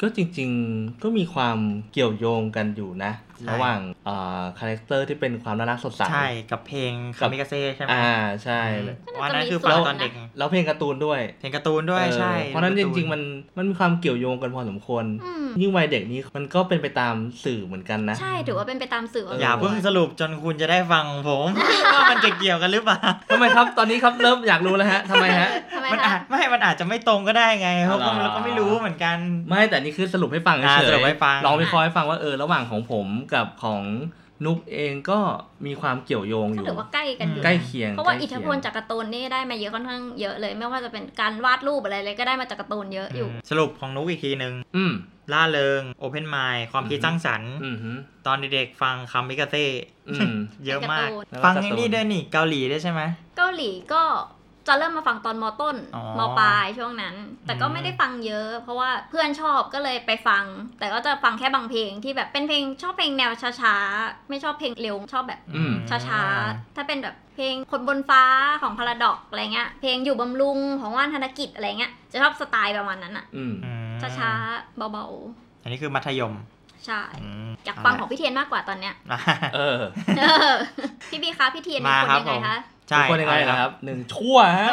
Speaker 3: ก็จริงๆก็มีความเกี่ยวโยงกันอยู่นะ
Speaker 2: ใช่
Speaker 3: ระหว่างอ่าคาแรคเตอร์ที่เป็นความน่ารักสดใส
Speaker 2: ใช่กับเพลง
Speaker 3: กั
Speaker 2: คา
Speaker 3: บ
Speaker 2: มิกาเซ่ใช่ไหม
Speaker 3: อ่าใช่
Speaker 2: อืม
Speaker 3: เลย
Speaker 2: วันนั้น
Speaker 4: น่าจะมี
Speaker 2: คือฟัง
Speaker 4: ส่วน
Speaker 2: ตอน
Speaker 4: นะ
Speaker 2: เด็กไง
Speaker 3: แล้วเพลงการ์ตูนด้วย
Speaker 2: เพลงการ์ตูนด้วย
Speaker 3: เออ
Speaker 2: ใช่
Speaker 3: เพราะฉะนั้นจ
Speaker 2: กาตู
Speaker 3: ริงๆมันมันมีความเกี่ยวโยงกันพอสมควร
Speaker 4: อืม
Speaker 3: ยิ่งวัยเด็กนี้มันก็เป็นไปตามสื่อเหมือนกันนะ
Speaker 4: ใช่ถือว่าเป็นไปตามสื่ออ
Speaker 2: อย่าเพิ่งสรุปจนคุณจะได้ฟังของผ ม ว่ามันจะเกี่ยวกันหรือเปล่า
Speaker 3: ทำไมครับ ตอนนี้ครับเริ่มอยากรู้แล้วฮะทำไมฮะ
Speaker 4: ทำไม
Speaker 2: มัน
Speaker 4: คะ
Speaker 2: อาจไม่ มันอาจจะไม่ตรงก็ได้ไง เพราะ
Speaker 3: อ๋อเหรอ
Speaker 2: เราก็ไม่รู้เหมือนกัน
Speaker 3: ไม่แต่นี่คือสรุปให้ฟัง
Speaker 2: อ่า
Speaker 3: เฉย
Speaker 2: สรุปให้ฟัง
Speaker 3: ลองไปคอยให้ฟังว่าเออระหว่างของผมกับของนุ๊กเองก็มีความเกี่ยวโยงอ
Speaker 4: ก็
Speaker 3: ยู่
Speaker 4: ถือว่าใกล้กันอยู่
Speaker 3: ใกล้เคียง
Speaker 4: เพราะว่า
Speaker 3: ใกล้
Speaker 4: อิท
Speaker 3: คี
Speaker 4: ธิ
Speaker 3: ยง
Speaker 4: พลจากการ์ตูนนี่ได้มาเยอะค่อนข้างเยอะเลย ไม่ว่าจะเป็นการวาดรูปอะไรเลยก็ได้มาจากการ์ตูนเยอะอยู่
Speaker 2: สรุปของนุกอีกทีหนึ่ง
Speaker 3: อืม
Speaker 2: ล่าเริง โอเพนไมล์ความคิด
Speaker 3: อืม
Speaker 2: สร้างสรรค์
Speaker 3: อืมฮึ
Speaker 2: ตอนเด็กๆฟังคำมิกาเซ่
Speaker 3: อืม
Speaker 2: เยอะมาก
Speaker 3: แล้วก็
Speaker 2: ฟัง
Speaker 3: การ์ตูน
Speaker 2: ไอ้นี่ด้วยนี่เกาหลีด้วยใช่ไหม
Speaker 4: เกาหลีก็จะเริ่มมาฟังตอนมต้น
Speaker 2: อ๋อ
Speaker 4: มปลายช่วงนั้น แต่ก็
Speaker 2: อืม
Speaker 4: ไม่ได้ฟังเยอะ เพราะว่าเพื่อนชอบก็เลยไปฟัง แต่ก็จะฟังแค่บางเพลงที่แบบเป็นเพลงชอบเพลงแนวช้าๆ ไม่ชอบเพลงเร็วชอบแบบ
Speaker 3: อืม
Speaker 4: ช้าๆ ถ้าเป็นแบบเพลงคนบนฟ้าของพาราดอกอะไรเงี้ย เพลงอยู่บำรุงของว่านธนกิจอะไรเงี้ย จะชอบสไตล์ประมาณนั้นอะ
Speaker 3: อืม
Speaker 2: อืม
Speaker 4: ช้าๆเบา
Speaker 2: อันนี้คือมัธยม
Speaker 4: ๆ ใช่
Speaker 2: อืม
Speaker 4: อยากฟังของพี่เทียนมากกว่าตอนเนี้ย
Speaker 2: อ่ะ
Speaker 3: เออ
Speaker 4: เออพี่บีคะพี่เทียนเป็น
Speaker 2: มา
Speaker 4: คน
Speaker 2: ครับ
Speaker 4: ยัง
Speaker 2: ผม
Speaker 4: ไงคะ
Speaker 2: ใช่
Speaker 3: เป็นคนยังไง
Speaker 2: เอาละ
Speaker 3: นะครับหนึ่งชั่วฮะ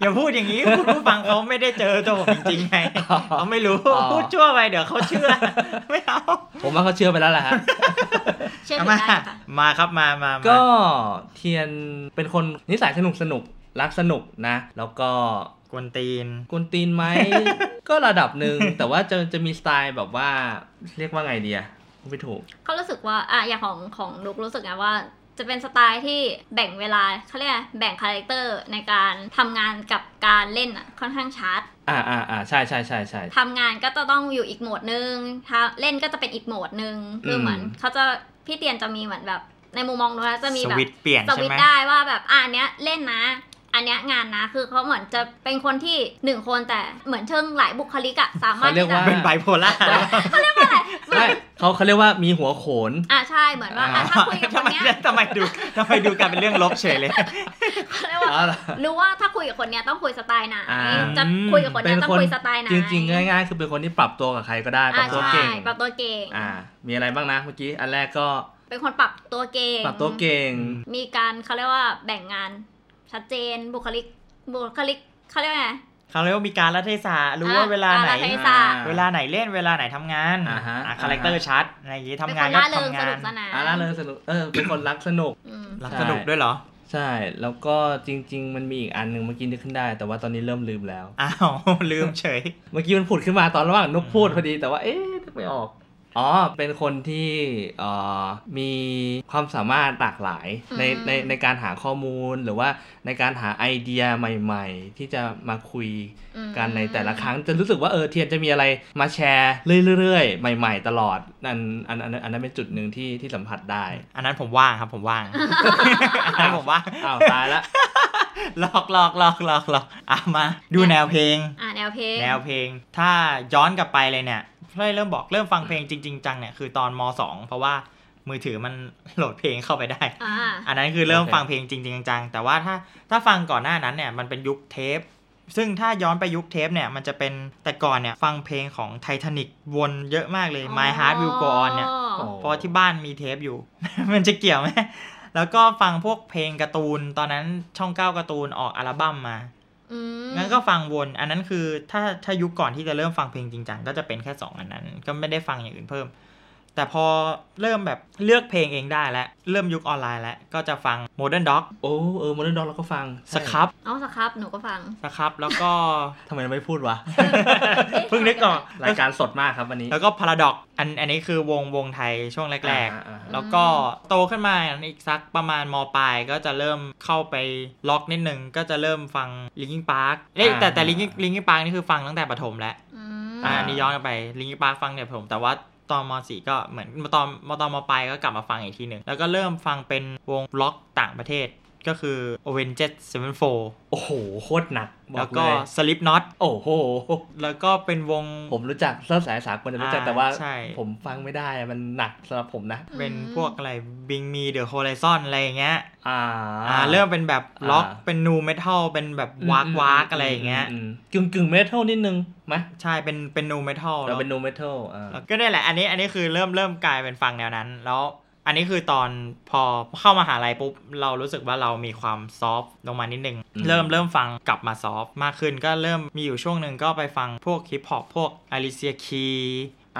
Speaker 2: อย่าพูดอย่างนี้คุณผู้ฟังเขาไม่ได้เจอตัวผมจริงๆไง
Speaker 3: อ๋อ
Speaker 2: เขาไม่รู้
Speaker 3: อ๋อ
Speaker 2: พูดชั่วไปเดี๋ยวเขาเชื่อ ไม่เอา
Speaker 3: ผมว่าเขาเชื่อไปแล้วแหละฮะ
Speaker 4: เชื่อ
Speaker 2: เอา
Speaker 4: ถือ
Speaker 2: มา
Speaker 4: ได้ค่ะ
Speaker 2: มาครับมามามา
Speaker 3: ก็เทียนเป็นคนนิสัยสนุกสนุกรักสนุกนะ แล้วก็
Speaker 2: กวนตีน
Speaker 3: กวนตีนไหม ก็ระดับหนึ่ง แต่ว่าจะจะมีสไตล์แบบว่า เรียกว่าไงเดียพูดไม่ถูก
Speaker 4: เขารู้สึกว่าอ่ะอย่างของของนุกรู้สึกไงว่า จะเป็นสไตล์ที่แบ่งเวลาเขาเรียกอะไรแบ่งคาแรคเตอร์ในการทำงานกับการเล่นอ่ะค่อนข้างชัด
Speaker 3: อ่าอ่าอ่าใช่ใช่ใช่ใช่
Speaker 4: ทำงานก็จะต้องอยู่อีกโหมดนึงถ้าเล่นก็จะเป็นอีกโหมดนึงคือเหมือน
Speaker 3: อืม
Speaker 4: เขาจะพี่เตียนจะมีเหมือนแบบ ในมุมมองนุกนะจะมี
Speaker 2: ส
Speaker 4: แบบ
Speaker 2: วิตช์เปลี่ยน
Speaker 4: ส
Speaker 2: ใช่
Speaker 4: วิต
Speaker 2: ไหม
Speaker 4: ช์ได้ว่าแบบอ่ะอันเนี้ยเล่นนะ อันเนี้ยงานนะคือเขาเหมือนจะเป็นคนที่หนึ่งคนแต่เหมือนเชิงหลายบุคลิกอะสามารถ
Speaker 3: เขาเรียก
Speaker 4: ที่จะ
Speaker 3: ว่า
Speaker 2: เป็นไบโพล่า
Speaker 3: ไม่เขาเขาเรียกว่ามีหัวโขน
Speaker 4: อ่ะใช่เหมือนว่าอ่ะถ้าคุยกับค
Speaker 2: ทำ
Speaker 4: น
Speaker 2: ไม
Speaker 4: เนี้ย
Speaker 2: ทำไมดูทำไมดูกลายเป็นเรื่องลบเฉยเลย
Speaker 4: เขาเรียกว่า รู้ว่าถ้าคุยกับคนเนี้ยต้องคุยสไตล์ไหน
Speaker 3: อ่า
Speaker 4: จะคุยกับคน
Speaker 3: เป็
Speaker 4: เนี้ย
Speaker 3: น
Speaker 4: ต้อง
Speaker 3: คน
Speaker 4: คุยสไตล์ไหน
Speaker 3: จริงๆ ง่ายๆ คือเป็นคนที่ปรับตัวกับใครก็ได้ปรับ
Speaker 4: อ่า
Speaker 3: ตัว
Speaker 4: ใช่
Speaker 3: เก่ง
Speaker 4: ปรับตัวเก่ง
Speaker 3: อ่า มีอะไรบ้างนะเมื่อกี้ อันแรกก็
Speaker 4: เป็นคนปรับตัวเก่ง
Speaker 3: ปรับตัวเก่ง
Speaker 4: มีการเขาเรียกว่าแบ่งงานชัดเจนบุคลิกบุคลิกเขาเรียกว่าไง
Speaker 2: เขาเรียกว่ามีการรัฐเทศะรู้ว่า
Speaker 4: อ่ะ
Speaker 2: เวลาไหน
Speaker 4: อ่ะรัฐเทศะ
Speaker 2: เวลาไหนเล่นเวลาไหนทำงาน
Speaker 3: อ่าฮะ
Speaker 2: อ่ะคาแรคเตอร์ชัดอะไรอย่างงี้
Speaker 4: เป็น
Speaker 2: ทำ
Speaker 4: ค
Speaker 2: งาน
Speaker 4: น
Speaker 2: ก็
Speaker 4: ร่าเริง
Speaker 2: ทำ
Speaker 4: ส
Speaker 2: งา
Speaker 4: นุ
Speaker 2: น
Speaker 4: กสนาน
Speaker 3: อ่าล่าเลยสนุก เออ เป็นคนรักสนุก
Speaker 4: อืม
Speaker 2: รักสนุกด้วยเหรอ
Speaker 3: ใช่ แล้วก็จริง ๆ มันมีอีกอันหนึ่งเมื่อกี้นึกขึ้นได้ แต่ว่าตอนนี้เริ่มลืมแล้ว
Speaker 2: อ้าว ลืมเฉย
Speaker 3: เมื่อกี้มันผุดขึ้นมาตอนระหว่างนกพูดพอดีแต่ว่าเอ๊ะนึกไม่ออก อ๋อ เป็นคนที่เอ่อมีความสามารถหลากหลายในในในการหาข้อมูลหรือว่าในการหาไอเดียใหม่ ๆ ที่จะมาคุย
Speaker 4: อืม
Speaker 3: กันในแต่ละครั้ง จะรู้สึกว่าเออเทียนจะมีอะไรมาแชร์เรื่อยๆ ใหม่ ๆ ตลอดนั่นอันอันอันนั้นเป็นจุดหนึ่งที่ที่สัมผัสได้
Speaker 2: อันนั้นผมว่างครับผมว่าง อันนั้นผมว่าง
Speaker 3: อ้าว ตายละ
Speaker 2: หลอกหลอกหลอกหลอกหลอกอ่ะมาดูแนวเพลง
Speaker 4: อ่าแนวเพลง
Speaker 2: แนวเพลง ถ้าย้อนกลับไปเลยเนี่ยเริ่มบอกเริ่มฟังเพลงจริงๆจังเนี่ยคือตอนมสองเพราะว่ามือถือมันโหลดเพลงเข้าไปได้
Speaker 4: อ่า
Speaker 2: อันนั้นคือเริ่ม
Speaker 3: โอเค
Speaker 2: ฟังเพลงจริงๆจังๆแต่ว่าถ้าถ้าฟังก่อนหน้านั้นเนี่ยมันเป็นยุคเทป ซึ่งถ้าย้อนไปยุคเทปเนี่ยมันจะเป็นแต่ก่อนเนี่ยฟังเพลงของไททานิกวนเยอะมากเลย My Heart Will Go On เนี่ย
Speaker 4: อ๋อ
Speaker 2: เพราะที่บ้านมีเทปอยู่ มันจะเกี่ยวไหมแล้วก็ฟังพวกเพลงการ์ตูน ตอนนั้นช่องเก้าการ์ตูนออกอัลบั้มมา
Speaker 4: อืม
Speaker 2: งั้นก็ฟังวน อันนั้นคือถ้าถ้ายุคก่อนที่จะเริ่มฟังเพลงจริงจังก็จะเป็นแค่ 2 อันนั้น ก็ไม่ได้ฟังอย่างอื่นเพิ่ม แต่พอเริ่มแบบเลือกเพลงเองได้แล้ว เริ่มยุคออนไลน์แล้ว ก็จะฟัง Modern Dog
Speaker 3: โอ้เออโมเดิร์นด็อกเราก็ฟัง
Speaker 2: สครับ
Speaker 4: อ๋อสครับหนูก็ฟัง
Speaker 2: สครับ แล้วก็
Speaker 3: ทำไมเราไม่พูดวะ
Speaker 2: เพิ่งนึกออก
Speaker 3: รายการสดมากครับวันนี้
Speaker 2: แล้วก็ Paradox อันอันนี้คือวงวงไทยช่วงแรก
Speaker 3: อ่า
Speaker 2: ๆ
Speaker 3: อ่าอ่า
Speaker 2: แล้วก็โตขึ้นมาอีกสักประมาณมปลายก็จะเริ่มเข้าไปล็อกนิดนึงก็จะเริ่มฟัง Linkin Park เอ้ยแต่แต่ Linkin Linkin Park นี่คือฟังตั้งแต่ประถมแล้ว
Speaker 4: อืม
Speaker 2: อ่าอันนี่ย้อนกลับไปลิงก์ปาร์คฟังเนี่ยผม แต่ว่าตอนมสี่ก็เหมือนตอนมตอนมปลายก็กลับมาฟังอีกทีหนึ่งแล้วก็เริ่มฟังเป็นวงล็อกต่างประเทศ ก็คือ o v e n g e d Sevenfold
Speaker 3: โอ้โห โคตรหนักบ
Speaker 2: แล้
Speaker 3: อ
Speaker 2: ว
Speaker 3: กเล
Speaker 2: ก็
Speaker 3: ย
Speaker 2: Slip Knot
Speaker 3: โอ้โห
Speaker 2: แล้วก็เป็นวง
Speaker 3: ผมรู้จักเสื้อสายสากลจะรู้จัก
Speaker 2: อ่า
Speaker 3: แต่ว่า
Speaker 2: ใช่
Speaker 3: ผมฟังไม่ได้อะมันหนักสำหรับผมนะ
Speaker 2: เป็น
Speaker 4: อืม
Speaker 2: พวกอะไร Bring Me The Horizon อะไรอย่างเงี้ย
Speaker 3: อ่า
Speaker 2: อ่าเริ่มเป็นแบบล็อก
Speaker 3: อ่า
Speaker 2: เป็นนูเมทัลเป็นแบบ
Speaker 3: อืม
Speaker 2: วากวากอะไรอย่างเงี้ย
Speaker 3: มกึ่งกึ่งเมทัลนิดนึงไหม
Speaker 2: ใช่เป็นเป็นนูเมทัล
Speaker 3: เราเป็นโนเมทัลอ่า
Speaker 2: ก็ได้แหละอันนี้อันนี้คือเริ่มเริ่มกลายเป็นฟังแนวนั้น แล้วอันนี้คือตอนพอเข้ามาหาลัยปุ๊บ เรารู้สึกว่าเรามีความซอฟลงมานิดนึง
Speaker 3: อืม
Speaker 2: เริ่มเริ่มฟังกลับมาซอฟมากขึ้นก็เริ่มมีอยู่ช่วงหนึ่งก็ไปฟังพวกฮิปฮอปพวกอลิเซียคี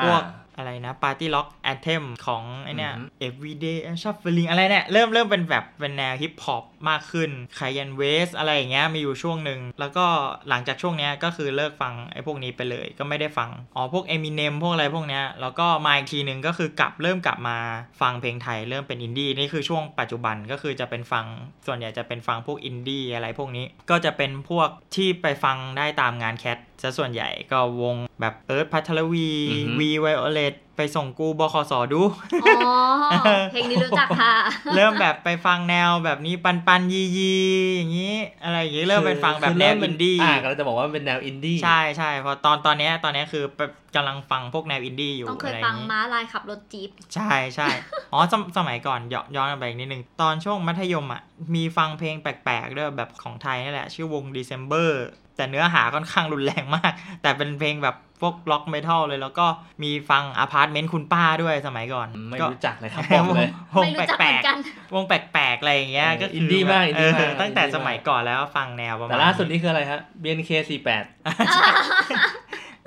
Speaker 2: พวกอะไรนะปาร์ตี้ล็อกแอเทมของไอเนี่ย everyday shuffling อะไรเนี่ย เริ่มเริ่มเป็นแบบเป็นแนวฮิปฮอปมากขึ้นไคยันเวสอะไรอย่างเงี้ยมีอยู่ช่วงหนึ่ง แล้วก็หลังจากช่วงเนี้ยก็คือเลิกฟังไอ้พวกนี้ไปเลยก็ไม่ได้ฟัง อ๋อ พวก Eminem พวกอะไรพวกเนี้ย แล้วก็มาอีกทีหนึ่งก็คือกลับเริ่มกลับมาฟังเพลงไทย เริ่มเป็นอินดี้นี่คือช่วงปัจจุบันก็คือจะเป็นฟังส่วนใหญ่จะเป็นฟังพวกอินดี้อะไรพวกนี้ ก็จะเป็นพวกที่ไปฟังได้ตามงานแคทซะส่วนใหญ่ก็วงแบบเอิร์ธพัทรวี
Speaker 3: อือฮึ
Speaker 2: วีไวโอเลตไปส่งกูบคสดู
Speaker 4: อ๋อ เพลงนี้รู้จักค่ะ
Speaker 2: เริ่มแบบไปฟังแนวแบบนี้ปันปันยียีอย่างนี้ อะไรอย่างนี้เริ่มไปฟังแบบแนวอินดี้
Speaker 3: อ่าเราจะบอกว่ามันเป็นแนวอินดี้
Speaker 2: ใช่ใช่เพอตอนตอนเนี้ยตอนเนี้ยคือไปกำลังฟังพวกแนวอินดี้อยู่
Speaker 4: ต้องเค
Speaker 2: อะ
Speaker 4: ย
Speaker 2: ไรอ
Speaker 4: ฟั
Speaker 2: ย่าง งนี้
Speaker 4: ม้าลายขับรถจี๊ป
Speaker 2: ใช่ใช่ อ๋อสมสมัยก่อนย้อนย้อนกลับไปอีกนิดนึง ตอนช่วงมัธยมอ่ะมีฟังเพลงแปลกๆด้วยแบบของไทยนี่แหละ ชื่อวง December แต่เนื้อหาค่อนข้างรุนแรงมาก แต่เป็นเพลงแบบพวกล็อกเมทัลเลยแล้วก็มีฟังอพาร์ตเมนต์คุณป้าด้วยสมัยก่อน
Speaker 3: ไม่
Speaker 2: ก็
Speaker 3: รู้จักเลยครับบอกเลย
Speaker 2: วง
Speaker 4: ไม่
Speaker 2: แป
Speaker 4: รู้จัก
Speaker 2: ล
Speaker 4: เหมือก น
Speaker 2: ๆ
Speaker 4: กัน
Speaker 2: วงแปลกๆ อะไรอย่างเงี้ย
Speaker 3: เออ
Speaker 2: ก็คื
Speaker 3: นดี้มาก
Speaker 2: แบบเอ
Speaker 3: อินดี้มาก
Speaker 2: อตั้งแต่สมัยก่อนแล้วฟังแนวประมา
Speaker 3: แต่
Speaker 2: ณ
Speaker 3: ล่าสุดนี้คืออะไรฮะ BNK48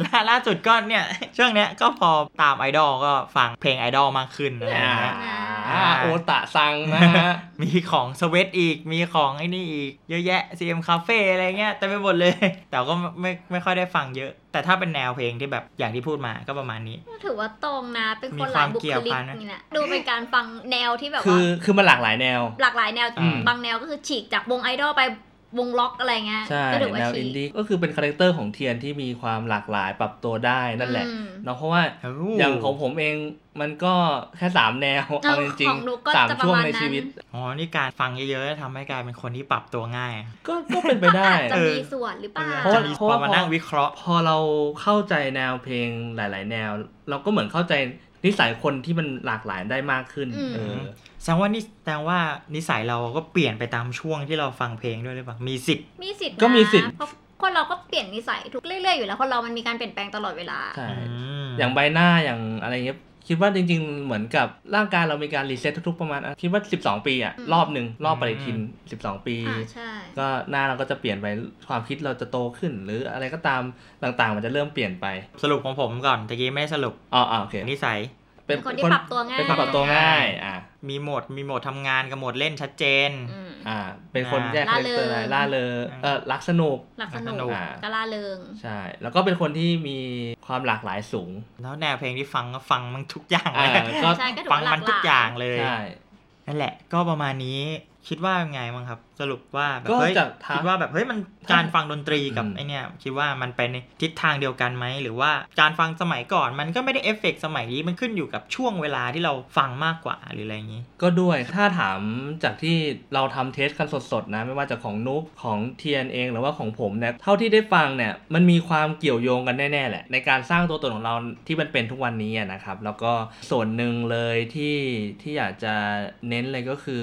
Speaker 2: ล่าล่าสุดก็เนี่ย ช่วงเนี้ยก็พอตามไอดอลก็ฟังเพลงไอดอลมากขึ้นอะไรอย่างเงี้ย
Speaker 3: อ่าโอตะซังนะฮะ
Speaker 2: มีของสเวตอีกมีของไอ้นี่อีก เยอะแยะ CM Cafe อะไรเงี้ยเต็มไปหมดเลย แต่ก็ไม่ไม่ไม่ค่อยได้ฟังเยอะ แต่ถ้าเป็นแนวเพลงที่แบบอย่างที่พูดมาก็ประมาณนี้
Speaker 4: ถือว่าตรงนะ เป็นคน
Speaker 2: มีควา
Speaker 4: หลาม ยบุ
Speaker 2: เกี่
Speaker 4: ค
Speaker 2: ยว
Speaker 4: ลิก
Speaker 2: กันนะ
Speaker 4: นี่นะดูเป็นการฟังแนวที่แบบ
Speaker 3: คื
Speaker 4: ว่า
Speaker 3: อคือมันหลากหลายแนว
Speaker 4: หลากหลายแนว
Speaker 2: อืม
Speaker 4: บางแนวก็คือฉีกจากวงไอดอลไปวงล็อกอะไรเงี้ย
Speaker 3: ใช่
Speaker 4: ก็ถือว่า
Speaker 3: แนว
Speaker 4: ฉี
Speaker 3: อิน
Speaker 4: ก
Speaker 3: ดี้ก็คือเป็นคาแรคเตอร์ของเทียนที่มีความหลากหลายปรับตัวได้นั่นแหละ
Speaker 4: อืม
Speaker 3: เนาะเพราะว่า
Speaker 2: โ
Speaker 3: อย่างของผมเองมันก็แค่สามแนว
Speaker 4: เออ
Speaker 3: เอาจริง
Speaker 4: ของหนูก็
Speaker 3: สาม
Speaker 4: จะประมา
Speaker 3: ช่ว
Speaker 4: ณ
Speaker 3: งใน
Speaker 4: นั้น
Speaker 3: ชีวิต
Speaker 2: อ๋อนี่การฟังเยอะๆทำให้กลายเป็นคนที่ปรับตัวง่ายอะ
Speaker 3: ก็ก็เป็นไปได้
Speaker 4: อาจจะ
Speaker 2: เออ
Speaker 4: มีส่วนหรือเปล่า
Speaker 3: เพราะว่า
Speaker 2: จะมีความมานั่งวิเคราะห์
Speaker 3: พอเราเข้าใจแนวเพลงหลาย ๆ แนว เราก็เหมือนเข้าใจนิสัยคนที่มันหลากหลายได้มากขึ้น
Speaker 4: อืม
Speaker 3: เออ
Speaker 2: แสดงว่านี่แสดงว่านิสัยเราก็เปลี่ยนไปตามช่วงที่เราฟังเพลงด้วยหรือเปล่ามีสิทธิ์
Speaker 4: มีสิทธิ์นะ
Speaker 3: ก็มีสิทธิ์
Speaker 4: เพราะคนเราก็เปลี่ยนนิสัยทุกเรื่อย ๆ อยู่แล้วคนเรามันมีการเปลี่ยนแปลงตลอดเวลา
Speaker 3: ใช่
Speaker 2: ม
Speaker 3: อย่างใบหน้าอย่างอะไรเงี้ยคิดว่าจริง ๆ เหมือนกับร่างกายเรามีการรีเซ็ตทุก ๆ ประมาณอ่ะคิดว่า 12 ปีอ่ะ
Speaker 4: อืม
Speaker 3: รอบหนึ่งรอบปฏิทิน 12 ปี
Speaker 4: อ่าใช่
Speaker 3: ก็หน้าเราก็จะเปลี่ยนไปความคิดเราจะโตขึ้น หรืออะไรก็ตามต่างๆ มันจะเริ่มเปลี่ยนไป
Speaker 2: สรุปของผมก่อนตะกี้ไม่ได้สรุป
Speaker 3: อ๋ออ๋อโอเค
Speaker 2: นิสัย
Speaker 4: เป็นคนที่ปรับตัวง่าย
Speaker 3: เป็นคนปรับตัวง่ายอ่า
Speaker 2: มีโหมดมีโหมดทำงานกับโหมดเล่นชัดเจน
Speaker 4: อืม
Speaker 3: อ่า เป็นคนแยก
Speaker 4: ล่า
Speaker 3: คาแรคเตอร์
Speaker 4: เริง
Speaker 3: ล่าเริงเออรักสนุก
Speaker 4: หลักส
Speaker 2: ห
Speaker 4: นุ
Speaker 2: ลักสนุ
Speaker 4: ก
Speaker 2: ก
Speaker 4: กะล่าเริง
Speaker 3: ใช่ แล้วก็เป็นคนที่มีความหลากหลายสูง
Speaker 2: แล้วแนวเพลงที่ฟังก็ฟังมันทุกอย่างเล
Speaker 3: อ่าย ก็
Speaker 4: ใช่ก็ถื อ
Speaker 2: ฟัง
Speaker 4: ว่าหลา
Speaker 2: มัน
Speaker 4: กห
Speaker 2: ทุก
Speaker 4: ลา
Speaker 2: อ
Speaker 4: ย
Speaker 2: ย่างเลย
Speaker 3: ใช่
Speaker 2: นั่นแหละ ก็ประมาณนี้คิดว่าเป็นไงมั้างครับ สรุปว่าแบบ
Speaker 3: ก็
Speaker 2: เฮ้ย
Speaker 3: จากทาง
Speaker 2: คิดว่าแบบเฮ้ยมันการฟังดนตรีกับ
Speaker 3: อืม
Speaker 2: ไอเนี่ยคิดว่ามันเป็นในทิศทางเดียวกันไหมหรือว่าการฟังสมัยก่อนมันก็ไม่ได้เอฟเฟกต์สมัยนี้มันขึ้นอยู่กับช่วงเวลาที่เราฟังมากกว่าหรืออะไรอย่างนี้
Speaker 3: ก็ด้วยถ้าถามจากที่เราทำเทสกันสดๆนะ ไม่ว่าจะของนุ๊กของเทียนเองหรือว่าของผมเนี่ยเท่าที่ได้ฟังเนี่ยมันมีความเกี่ยวโยงกันแน่ๆแหละ ในการสร้างตัวตนของเราที่มันเป็นทุกวันนี้อะนะครับ แล้วก็ส่วนหนึ่งเลยที่ที่อยากจะเน้นเลยก็คือ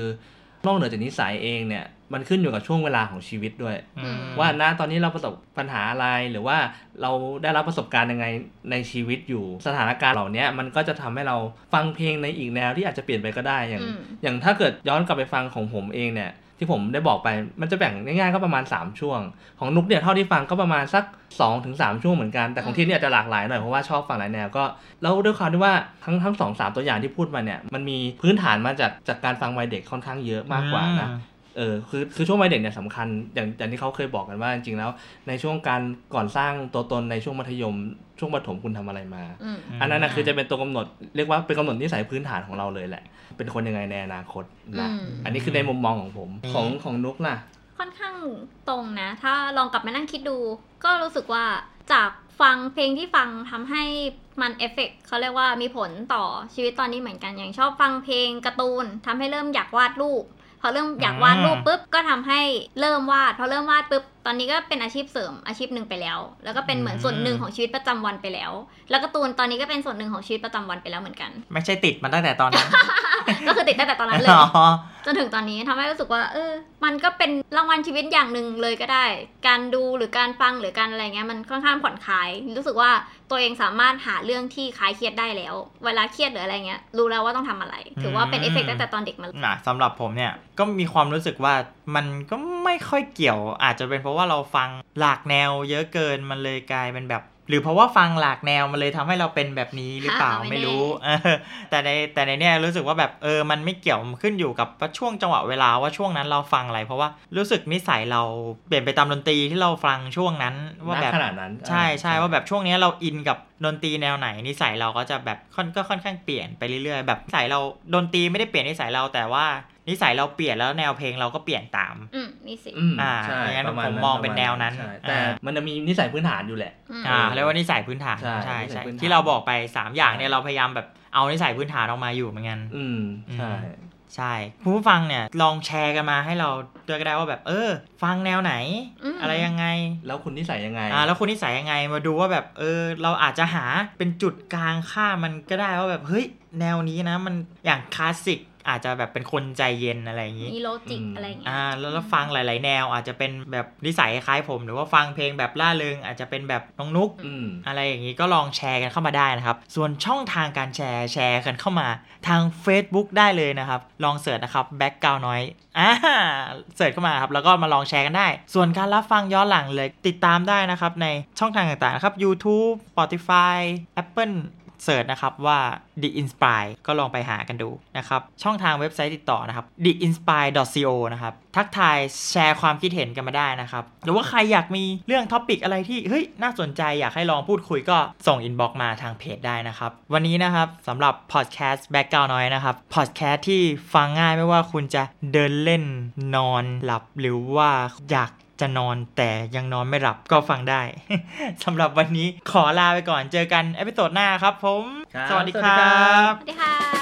Speaker 3: นอกเหนือจากนิสัยเองเนี่ยมันขึ้นอยู่กับช่วงเวลาของชีวิตด้วย
Speaker 4: อืม
Speaker 3: ว่าณตอนนี้เราประสบปัญหาอะไรหรือว่าเราได้รับประสบการณ์ยังไงในชีวิตอยู่สถานการณ์เหล่าเนี้ยมันก็จะทำให้เราฟังเพลงในอีกแนวที่อาจจะเปลี่ยนไปก็ได้อย่าง
Speaker 4: อืม
Speaker 3: อย่างถ้าเกิดย้อนกลับไปฟังของผมเองเนี่ย ที่ผมได้บอกไปมันจะแบ่งง่ายๆก็ประมาณ 3 ช่วง ของนุกเนี่ยเท่าที่ฟังก็ประมาณสัก2-3ถึง3ช่วงเหมือนกันแต่ของ
Speaker 4: อืม
Speaker 3: ที่เนี่ยอาจจะหลากหลายหน่อยเพราะว่าชอบฟังหลายแนวก็แล้วด้วยความที่ว่าทั้งทั้งสองสามตัวอย่างที่พูดมาเนี่ยมันมีพื้นฐานมาจากจากการฟังวัยเด็กค่อนข้างเยอะมากกว่านะ เออคือคือช่วงวัยเด็กเนี่ยสำคัญอย่างอย่างที่เขาเคยบอกกันว่าจริงๆแล้ว ในช่วงการก่อนสร้างตัวตนในช่วงมัธยม ช่วงประถมคุณทำอะไรมา
Speaker 4: อืม
Speaker 2: ม
Speaker 3: อันนั้นนะคือจะเป็นตัวกำหนดเรียกว่าเป็นกำหนดนิสัยพื้นฐานของเราเลยแหละ เป็นคนยังไงในอนาคตนะ
Speaker 4: อืม
Speaker 3: อันนี้คือในมุมมองของผม
Speaker 2: อืม
Speaker 3: ของของนุกล่ะ
Speaker 4: ค่อนข้างตรงนะ ถ้าลองกลับมานั่งคิดดู ก็รู้สึกว่าจากฟังเพลงที่ฟังทำให้มันเอฟเฟกต์เขาเรียกว่ามีผลต่อชีวิตตอนนี้เหมือนกันอย่างชอบฟังเพลงการ์ตูนทำให้เริ่มอยากวาดรูป พอเริ่มอยากวาดรูปปุ๊บก็ทำให้เริ่มวาดพอเริ่มวาดปุ๊บตอนนี้ก็เป็นอาชีพเสริมอาชีพหนึ่งไปแล้ว แล้วก็เป็นเหมือนส่วนหนึ่งของชีวิตประจำวันไปแล้ว แล้วการ์ตูนตอนนี้ก็เป็นส่วนหนึ่งของชีวิตประจำวันไปแล้วเหมือนกัน
Speaker 2: ไม่ใช่ติดมันตั้งแต่ตอนนั้น
Speaker 4: ก็คือติดตั้งแต่ตอนนั้นเลย
Speaker 2: อ๋อ
Speaker 4: จนถึงตอนนี้ทำให้รู้สึกว่า เออ มันก็เป็นรางวัลชีวิตอย่างหนึ่งเลยก็ได้ การดูหรือการฟังหรือการอะไรเงี้ยมันค่อนข้างผ่อนคลาย รู้สึกว่าตัวเองสามารถหาเรื่องที่คลายเครียดได้แล้ว เวลาเครียดหรืออะไรเงี้ยรู้แล้วว่าต้องทำอะไร ถือว่าเป็นเอฟเฟกต์ตั้งแต่ตอนเด็กมาเลย
Speaker 2: นะสำหรับผมเนี่ยก็มีความรู้สึกว่ามันก็ไม่ค่อยเกี่ยว อาจจะเป็นเพราะว่าเราฟังหลากแนวเยอะเกินมันเลยกลายเป็นแบบ หรือเพราะว่าฟังหลากแนวมันเลยทำให้เราเป็นแบบนี้หรือเปล่าไม่รู้ เออแต่ในแต่ในเนี่ยรู้สึกว่าแบบเออมันไม่เกี่ยวมันขึ้นอยู่กับว่าช่วงจังหวะเวลาว่าช่วงนั้นเราฟังอะไร เพราะว่ารู้สึกนิสัยเราเปลี่ยนไปตามดนตรีที่เราฟังช่วงนั้นว่าแบบ
Speaker 3: ณขนาดนั้น
Speaker 2: ใช่ใช่
Speaker 3: อ่
Speaker 2: ว่าแบบช่วงเนี้ยเราอินกับดนตรีแนวไหนนิสัยเราก็จะแบบค่อนก็ค่อนข้างเปลี่ยนไปเรื่อยๆแบบนิสัยเราดนตรีไม่ได้เปลี่ยนนิสัยเราแต่ว่านิสัยเราเปลี่ยนแล้วแนวเพลงเราก็เปลี่ยนตาม
Speaker 4: อืมมีสิ
Speaker 3: อืม
Speaker 2: อ่า
Speaker 3: ใช่
Speaker 2: อย่างนั้น
Speaker 3: ประาณ
Speaker 2: ผมมองเป็นแนวนั้น
Speaker 3: ใช่แต่
Speaker 2: อ่า
Speaker 3: มันจะมีนิสัยพื้นฐานอยู่แหละ
Speaker 4: อืม
Speaker 2: อ่าเรียกว่านิสัยพื้นฐาน
Speaker 3: ใช่
Speaker 2: ใช่
Speaker 3: นิสั
Speaker 2: ใช่
Speaker 3: ยพื้นฐาน
Speaker 2: ที่เราบอกไปสามอย่างเนี่ยเราพยายามแบบเอานิสัยพื้นฐานออกมาอยู่เหมือนกัน
Speaker 3: อืมใช่
Speaker 2: ใช่คุณผู้ฟังเนี่ยลองแชร์กันมาให้เราด้วยก็ได้ว่าแบบเออ ฟังแนวไหน
Speaker 4: ม
Speaker 2: อะไรยังไง
Speaker 3: แล้วคุณนิสัยยังไง
Speaker 2: อ่าแล้วคุณนิสัยยังไงมาดูว่าแบบเออเราอาจจะหาเป็นจุดกลางค่ามันก็ได้ว่าแบบเฮ้ยแนวนี้นะมันอย่างคลาสสิกอาจจะแบบเป็นคนใจเย็นอะไรอย่างนี้
Speaker 4: มีโลจิก
Speaker 3: อืม
Speaker 4: อะไรเงี้ย
Speaker 2: อ่าแล้วแล้วฟังหลาย ๆ แนวอาจจะเป็นแบบนิสัยคล้ายผม หรือว่าฟังเพลงแบบล่าเริงอาจจะเป็นแบบน้องนุก
Speaker 3: อืม
Speaker 2: อะไรอย่างนี้ก็ลองแชร์กันเข้ามาได้นะครับ ส่วนช่องทางการแชร์แชร์กันเข้ามาทาง Facebook ได้เลยนะครับ ลองเสิร์ชนะครับแบ็กกราวน้อยอ่าเสิร์ชเข้ามาครับ แล้วก็มาลองแชร์กันได้ ส่วนการรับฟังย้อนหลังเลยติดตามได้นะครับ ในช่องทางต่างๆนะครับ YouTube Spotify Apple เสิร์ชนะครับว่า The Inspire ก็ลองไปหากันดูนะครับ ช่องทางเว็บไซต์ติดต่อนะครับ The Inspire co นะครับ ทักทายแชร์ความคิดเห็นกันมาได้นะครับ หรือว่าใครอยากมีเรื่องท็อปิกอะไรที่ เฮ้ย น่าสนใจอยากให้ลองพูดคุยก็ส่งอินบ็อกมาทางเพจได้นะครับ วันนี้นะครับสำหรับพอดแคสต์แบ็กกราวน้อยนะครับพอดแคสต์ที่ฟังง่ายไม่ว่าคุณจะเดินเล่นนอนหลับ หรือว่าอยากจะนอนแต่ยังนอนไม่หลับก็ฟังได้ สำหรับวันนี้ขอลาไปก่อนเจอกันเอพิโซดหน้าครับผม
Speaker 3: ครับ
Speaker 2: สวัสดี
Speaker 3: สวั
Speaker 2: ค
Speaker 3: สดี
Speaker 2: รั
Speaker 3: ครับ บ
Speaker 4: สวัสดีค่ะ